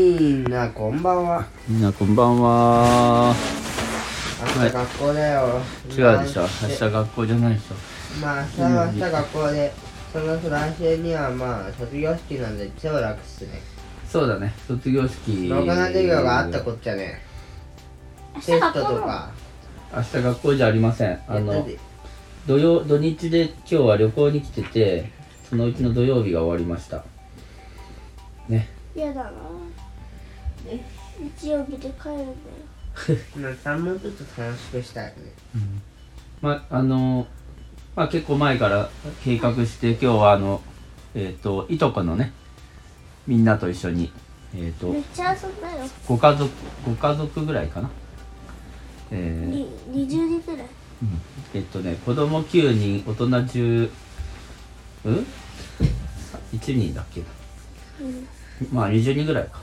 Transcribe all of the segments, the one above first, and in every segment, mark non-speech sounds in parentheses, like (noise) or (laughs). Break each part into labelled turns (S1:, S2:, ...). S1: んこんばんは
S2: みんなこんばんは
S1: 明日学校だよ、
S2: 違うでしょ
S1: ま
S2: 明日学校じゃないでし
S1: あまあ明日は明日学校でその来週にはまあ卒業式なんで超楽っすね
S2: ょそうだね卒業式
S1: ろくな授業があったこっちゃねテストとか
S2: 明日学校じゃありませんあ
S1: やっ
S2: の
S1: たり
S2: 土曜土日で今日は旅行に来ててそのうちの土曜日が終わりましたね
S3: 嫌だな
S1: え
S3: 日曜日で帰るんだよ
S1: まあ三文ちょっと楽しくしたいね
S2: まあのまあ結構前から計画して今日はあのえっ、といとこのねみんなと一緒にえっ、と
S3: めっちゃ遊んだよ
S2: ご家族ご家族ぐらいかなえー
S3: に20人くらい
S2: えっとね子供9人大人10うん ?1 人だっけな
S3: うん
S2: まあ20人ぐらいか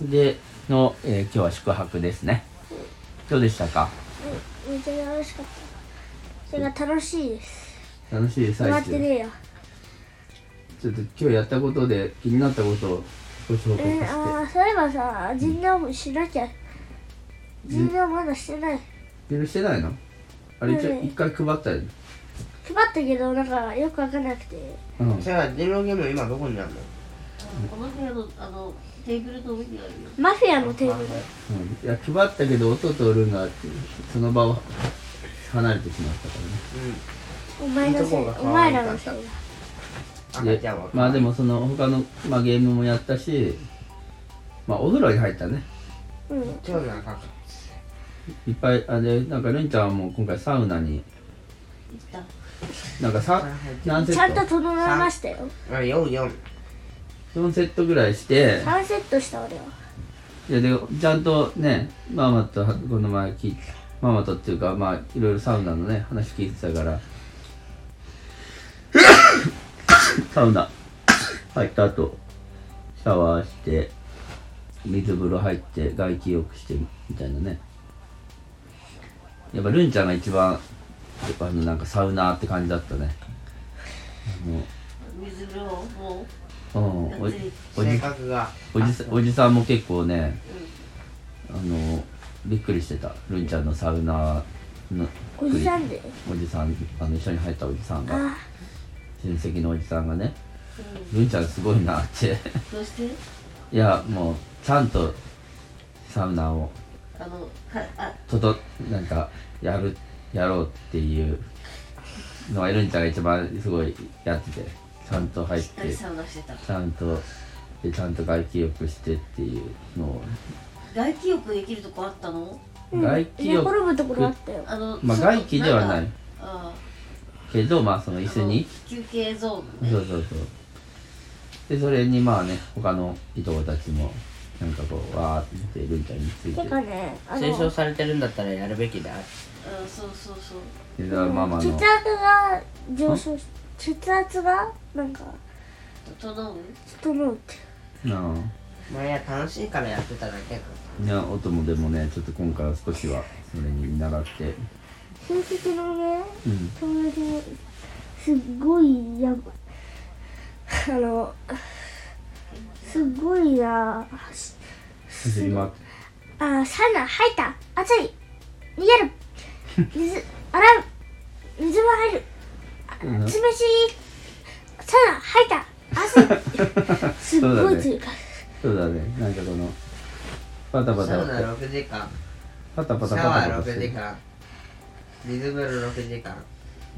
S2: での、えー今日は宿泊ですねどうでしたか
S3: めめっちゃ楽しかったそれが楽しいです
S2: 楽しいです
S3: 終わって
S2: 最
S3: ねえよ
S2: ちょっと今日やったことで気になったことをご紹
S3: う
S2: 介
S3: ん
S2: して、
S3: あーそういえばさ人狼もしなきゃ人狼まだしてない
S2: メールしてないのあれ一応
S3: うん
S2: 一回配ったよね
S3: 配ったけどなんかよくわかんなくて
S2: うん
S1: それは電脳ゲーム今どこにあるの
S4: この部屋のあのテーブルの上にあるよ。
S3: マフィアのテーブル
S2: うんいや配ったけど音とルンがその場を離れてしまったからね
S3: お前のせいお前らのせいだ
S1: うん
S2: で
S1: 赤ちゃんは
S2: まあでもその他の、まあ、ゲームもやったしまあお風呂に入ったね
S3: うん
S1: 超長かっ
S2: いっぱいあでなんかるんちゃんはもう今回サウナに
S4: 行った。
S2: なんかさ何セ
S3: ちゃん
S2: ッ
S3: と
S2: ト
S3: 整えましたよ
S1: たあ44
S2: 4セットぐらいして
S3: 3セットした俺は
S2: ででちゃんとねママとはこの前聞いママとっていうかまあいろいろサウナのね話聞いてたからサウナ入った後シャワーして水風呂入って外気浴してみたいなねやっぱルンちゃんが一番やっぱあのなんかサウナーって感じだったね
S4: 水風呂をも
S2: あのうんおじお
S1: 性
S2: じ
S1: 格が
S2: おじさんおじさんも結構ね、あのびっくりしてたるんちゃんのサウナの
S3: おじさんで
S2: おじさんあの一緒に入ったおじさんが
S3: あ
S2: 親戚のおじさんがね「るんちゃんすごいな」って (laughs)
S4: うどうして
S2: いやもうちゃんとサウナを
S4: あのはあ
S2: ととなんかやるやろうっていうのがるんちゃんが一番すごいやっててちゃんと入っ
S4: しっかり
S2: て
S4: サウナしてた。
S2: ちゃんとでちゃんと外気浴してっていうのを
S4: 外気浴できるとこあったの？
S3: うん
S2: 外
S3: 寝
S2: 気
S3: 転
S2: 浴
S3: ぶところあったよ
S4: あの
S2: まあ
S4: 外
S2: 外気ではない。
S4: あ
S2: けどまあその
S4: あ
S2: 椅子に
S4: あの休憩ゾーン
S2: そ
S4: ね。
S2: うそうそうでそれにまあね他のいとこたちもなんかこうわーってるんちゃんについて
S3: てかねあ
S1: 推
S3: の
S1: 奨されてるんだったらやるべきだ
S4: うんそうそうそう。
S2: でだからママ
S3: 血
S2: の
S3: 圧が上昇し血圧がなんか
S4: 整う？
S3: 整うって
S2: うん
S1: 前は楽しいからやってただけなの
S2: いや音もでもねちょっと今回は少しはそれに見習って
S3: 親戚のね
S2: うん
S3: 友達もすっごいやばあのすっごいなし
S2: 走り回って
S3: あサウナ入った熱い逃げる水洗う水も入る
S2: うん
S3: 冷しいサウナ入った
S2: (laughs)
S3: 熱いすっ
S2: そうだ
S3: ごい
S2: ね
S3: 強いから
S2: そうだねなんかこのパタパ
S1: サ
S2: タ
S1: ウナ6時間
S2: パタパ
S1: シ
S2: タパ
S1: ャワ
S2: タパ
S1: ー
S2: タし
S1: 6
S2: て
S1: 時
S2: ね
S1: 間水風呂6時間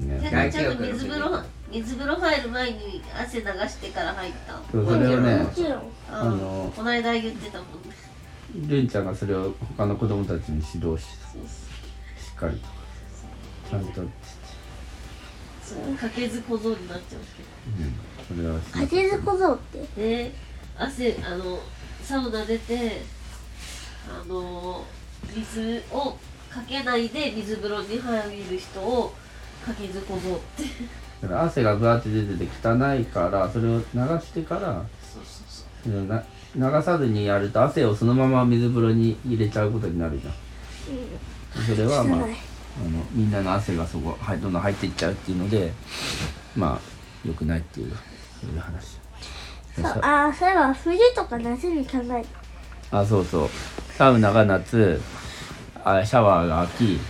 S4: え
S1: 外気
S4: ちゃん
S1: 浴
S4: と水風呂水風呂入る前に汗流してから入った。
S2: そうそれをね
S3: もちろん
S4: あ
S2: あの
S4: この間言ってたもんね。
S2: るんちゃんがそれを他の子供たちに指導してしっかりとちゃんとうん
S4: そうかけず小僧になっちゃうけど。
S2: それはし
S3: 家
S2: な
S3: 庭小僧って
S4: で汗あのサウナ出てあの水をかけないで水風呂に入る人をかけずこぞって
S2: だから汗がぶわって出てて汚いからそれを流してから
S4: そうそうそう
S2: うんな流さずにやると汗をそのまま水風呂に入れちゃうことになるじゃんそれはまあ
S3: 汚
S2: あ
S3: い
S2: のみんなの汗がそこはいどんどん入っていっちゃうっていうのでまあ良くないっていうそういう話
S3: そうあーそういえば冬とか夏に考えた
S2: あそうそうサウナが夏あシャワーが秋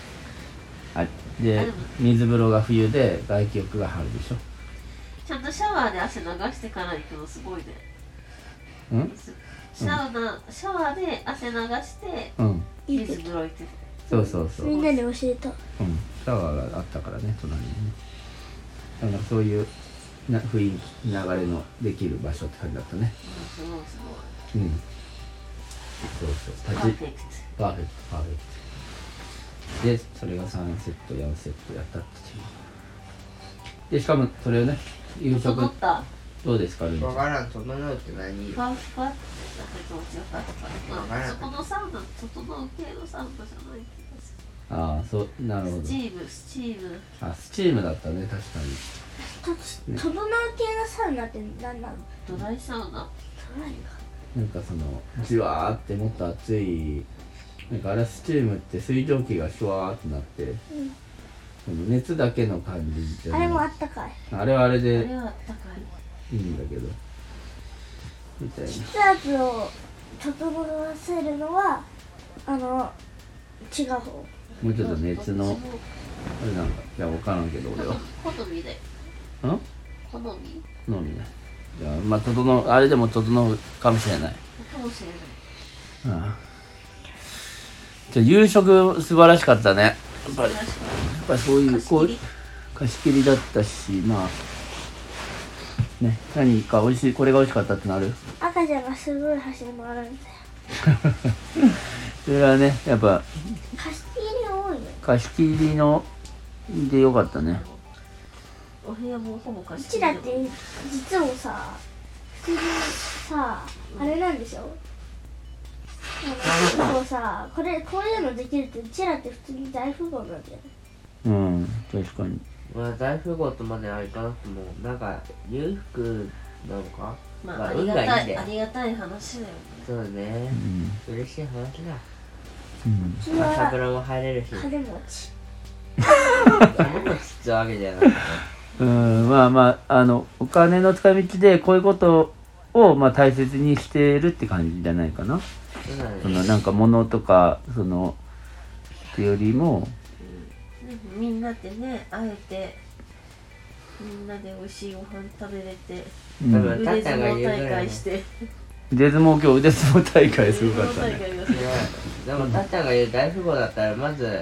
S2: あ
S4: あ
S2: で
S4: でも
S2: 水風呂が冬で外気浴が春でしょ
S4: ちゃんとシャワーで汗流してから行くのすごいね
S2: うん
S4: シャワーなシャワーで汗流して
S2: うん
S4: 水風呂行って
S2: そうそうそう、う
S3: み
S2: ん、
S3: んなに教えた
S2: シャワーがあったからね隣にねなんかそういうな雰囲気流れのできる場所って感じだったね
S4: すごいすご
S2: うんそうそう
S4: いパ
S2: 立ち
S4: ーフェクト
S2: パーフェクトパーフェクトでそれが3セット4セットやったっていうでしかもそれをね夕
S4: 整
S2: 食
S4: った
S2: どうですかルンちゃ
S1: わ
S2: ん
S1: からん、整うって何
S4: ふわふわってなんか気持ちよかった、まあ、そこのサウナ整う系のサウナじゃない気がす
S2: ああそうなるほ
S4: る
S2: ど
S4: スチームスチーム
S2: あスチームだったね確かに
S3: と整う系のサウナって何なの
S4: ドライサウナ
S2: なんかそのじわーってもっと熱いなんかあれスチームって水蒸気がシュワーってなって、その熱だけの感じじゃ
S3: あ
S2: な
S3: れ
S2: い
S3: もあったかい
S2: あれはあれ
S4: あ
S2: で
S4: れはあったかい
S2: いいんだけどみたいな
S3: 血圧を整わせるのはあの違う方
S2: もうちょっと熱
S4: ど
S2: の
S4: っちも
S2: あれなんかいや分からんけど俺は
S4: 好みだよ
S2: うん
S4: 好み
S2: 飲みないじゃあまあ整うあれでも整うかもしれない
S4: かもしれない
S2: うんじゃあ夕食素晴らしかったねやっぱりや
S4: 確か
S2: っぱりそういう
S4: に
S2: こ
S4: 貸
S2: う
S4: し切
S2: 貸し切りだったしまあね何か美味しいこれが美味しかったってなる
S3: 赤ちゃんがすごい走り回るんだよ
S2: それはねやっぱ
S3: 貸し切り多いよ
S2: 貸し切りのでよかったね
S4: りお部屋もほぼ
S3: う
S4: 貸し切
S3: ち
S4: り
S3: だって実もさ普通にさあれなんでしょあの結構さこれこういうのできるってうちらって普通に大富豪なんだよね
S2: うん確かに
S1: まあ大富豪とまではいかなくてもなんか裕福なのか、
S4: まあありがたいありがたい話だよ
S1: そうね
S2: う、ん、
S1: 嬉しい話だ
S2: うん
S3: うち
S1: 朝風
S3: は
S1: 呂も入れるしもっ
S3: 金持ち
S1: とつつわけじゃない
S2: うんまあまああのお金の使い道でこういうことをまあ大切にしてるって感じじゃないかな
S1: そうだ
S2: そ
S1: ね
S2: のなんか物とかそのってよりも
S4: ねみんなでね会えてみんなで美味しいご飯食べれて
S2: うん
S1: 多分
S4: 腕相撲大会して
S2: 腕相撲今日腕相撲大会
S4: 腕
S2: す
S4: 相
S2: ごかったね
S4: 撲大会が
S1: ねでもたっちゃんが言う大富豪だったらまず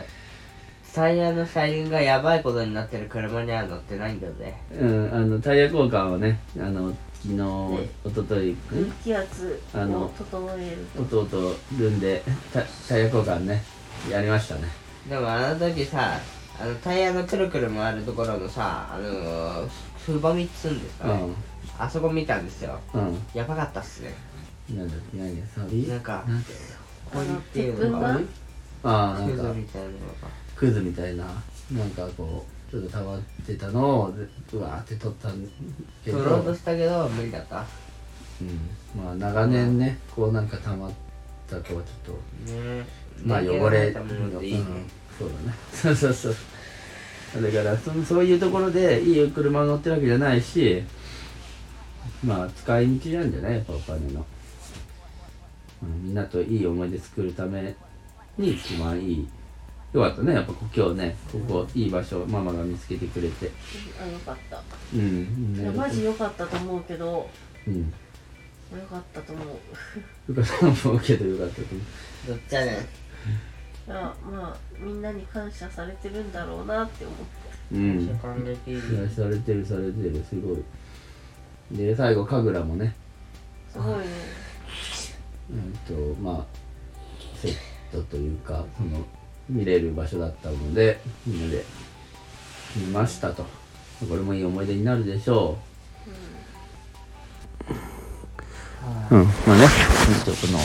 S1: 最悪の車輪がやばいことになってる車には乗ってないんだよね
S2: うんあのタイヤ交換はねあの昨日
S4: ね
S2: おととい
S4: 空気圧
S2: あの
S4: を整える
S2: 弟ルンでタタイヤ交換ねやりましたね
S1: でもあの時さあのタイヤのくるくる回るところのさあのーつばみっつうんですか
S2: う
S1: ね、
S2: ん
S1: あそこ見たんですよ
S2: うん
S1: やばかったっすね
S2: なんだっけ何サビ
S1: なんか
S2: なんて
S1: 氷っていうの
S4: あ
S1: が
S4: の鉄
S2: ああな
S1: ク
S2: ん
S1: ズ
S2: か
S1: みたいなのが
S2: クズみたいななんかこうちょっとたまってたのをうわーって取ったんけ
S1: 取
S2: ど
S1: ろうとしたけど無理だったね
S2: うん、まあ長年ねこうなんかたまったこうちょっと
S1: え
S2: まあ汚れ
S1: たものでいいね
S2: うんそうだね (laughs) そうそうそうだからそのそういうところでいい車を乗ってるわけじゃないしまあ使い道なんじゃないやっぱお金の、うんみんなといい思い出作るために一番いいよかったねやっぱ今日ねここいい場所ママが見つけてくれて
S4: あよかった
S2: うんみ
S4: い
S2: ん
S4: や
S2: な
S4: マジ良かったと思うけど
S2: うん
S4: 良かったと思う
S2: よかったと思うけどよかったと思う
S1: どっちやねん
S4: いやまあみんなに感謝されてるんだろうなって思って
S2: うん
S1: 感激
S2: いやされてるされてるすごいで最後神楽もね
S4: すごいね
S2: うんとまあセットというかその見れる場所だったのでみんなで見ましたとこれもいい思い出になるでしょううんまあねちょっとこの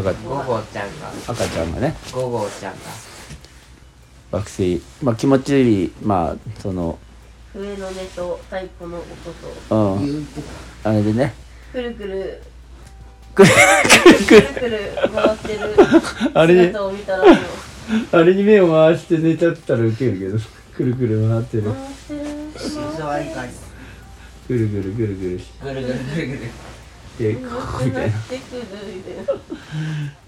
S2: 赤
S1: 五号ちゃんが
S2: 赤ちゃんがね
S1: 五号ちゃんが
S2: 爆睡まあ気持ちいいまあその
S4: 笛の音と太鼓の音と
S2: うんあれでね
S4: くるくる
S2: くる
S4: くるくる回 (laughs) ってる
S2: あれ
S4: 姿を見たらもう
S2: あれに目を回して寝ちゃったらウケるけどくるくる回ってる
S4: 回してる
S1: 静
S4: 回って
S1: 岡いかに
S2: ぐるぐるぐるぐるし
S1: ぐるぐるぐるぐる
S2: していこうみたいな
S5: てくるみたいなす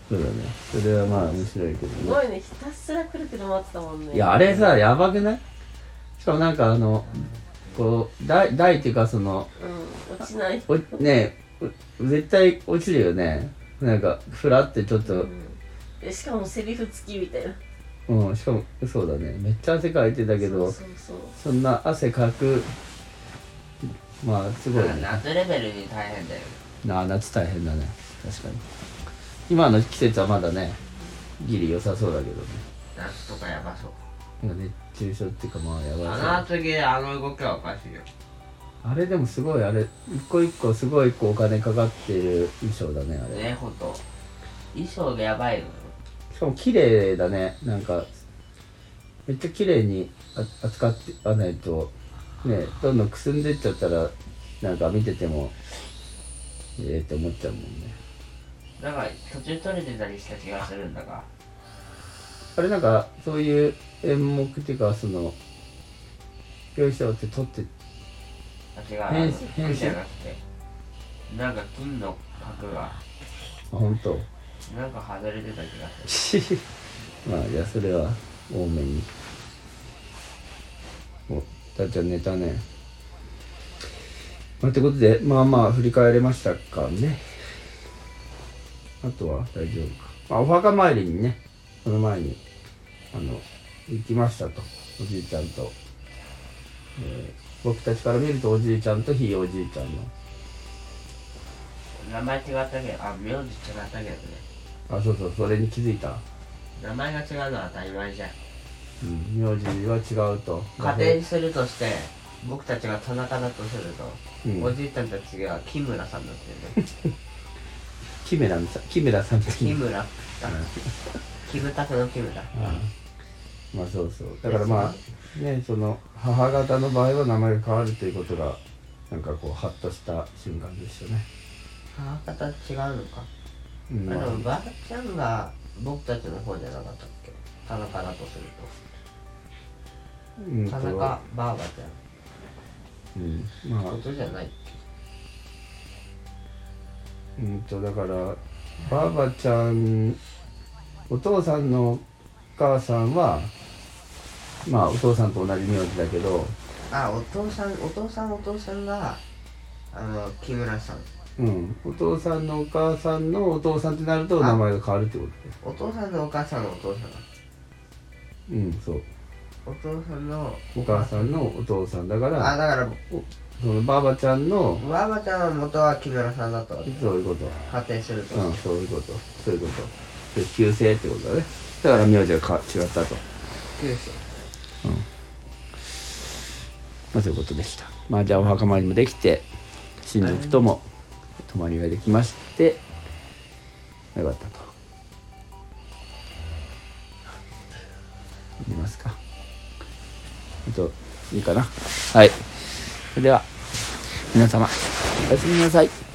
S2: そうだねそれはまあ面白いけどね
S5: ごいねひたすらくるくる回ってたもんね
S2: いやあれさやばくないしかもなんかあのこう台台っていうかその
S5: うん落ちない
S2: おねう絶対落ちるよねなんかふらってちょっと
S5: えしかもセリフ付きみたいな
S2: うんしかもそうだねめっちゃ汗かいてたけど
S5: そうそう
S2: そんな汗かくまあすごいね
S1: 夏レベルに大変だよ
S2: なあ夏大変だね確かに今の季節はまだねギリ良さそうだけどね
S1: 夏とかやばそう
S2: なんか熱中症っていうかまあやば
S1: あ
S2: い
S1: の後であの動きはおかしいよ
S2: あれでもすごいあれ一個一個すごいこうお金かかってる衣装だねあれ
S1: ねほんと衣装がやばいのよ
S2: しかも綺麗だねなんかめっちゃ綺麗にあ扱ってあないとねどんどんくすんでっちゃったらなんか見ててもええって思っちゃうもんね
S1: なんか途中取れてたりした気がするんだが
S2: あれなんかそういう演目っていうかそのよいしょって撮って
S1: あ違うあの
S2: 変身
S1: 服じゃなくてなんか金の角が
S2: あ本当。
S1: なんか外れてた気がする
S2: (laughs) まあじゃあそれは多めにおたっちゃん寝たねまあってことでまあまあ振り返れましたかねあとは大丈夫か、まあ、お墓参りにねその前にあの行きましたとおじいちゃんと、えー僕たちから見るとおじいちゃんとひいおじいちゃんの
S1: 名前違ったけどあ名字違ったけどね
S2: あそうそうそれに気づいた、
S1: 名前が違うのは当たり前じゃん
S2: うん、名字は違うと
S1: 仮定するとして僕たちが田中だとすると、
S2: うん
S1: おじいちゃんたちが木村さんだった
S2: (laughs)
S1: よね
S2: キメラさんキメラさんって
S1: 木村さんキムタクの木村
S2: まあそうそうだからまあねその母方の場合は名前が変わるということがなんかこうハッとした瞬間でしたね、
S1: 母方違うのか、
S2: うんま
S1: あ、でも
S2: あ、
S1: ばあちゃんが僕たちの方じゃなかったっけ田中だとする
S2: うん
S1: と田中ばあばち
S2: うん
S1: ゃん
S2: まあ
S1: ことじゃないっ
S2: うんとだからばあばちゃんお父さんのお母さんはまあお父さんと同じ名字だけど
S1: けあお父さんお父さんお父さんがあの木村さん
S2: うん、お父さんのお母さんのお父さんってなると名前が変わるってことだよ
S1: お父さんのお母さんのお父さん
S2: うんそう
S1: お父さんの
S2: お母さんのお父さんだか
S1: あ
S2: ら
S1: だから
S2: そのばあばちゃんの
S1: ばあばちゃんは元は木村さんだと
S2: そういうこと
S1: 仮定すると、
S2: うん、そういうこと。そういうこと。で旧姓ってことだね。だから名字がか違ったと。
S1: 九州
S2: まあ、そういうことでした。まあ、じゃあお墓参りもできて、親族とも泊まりができまして、よかったと。見ますか。えっと、いいかな。はい。それでは、皆様、おやすみなさい。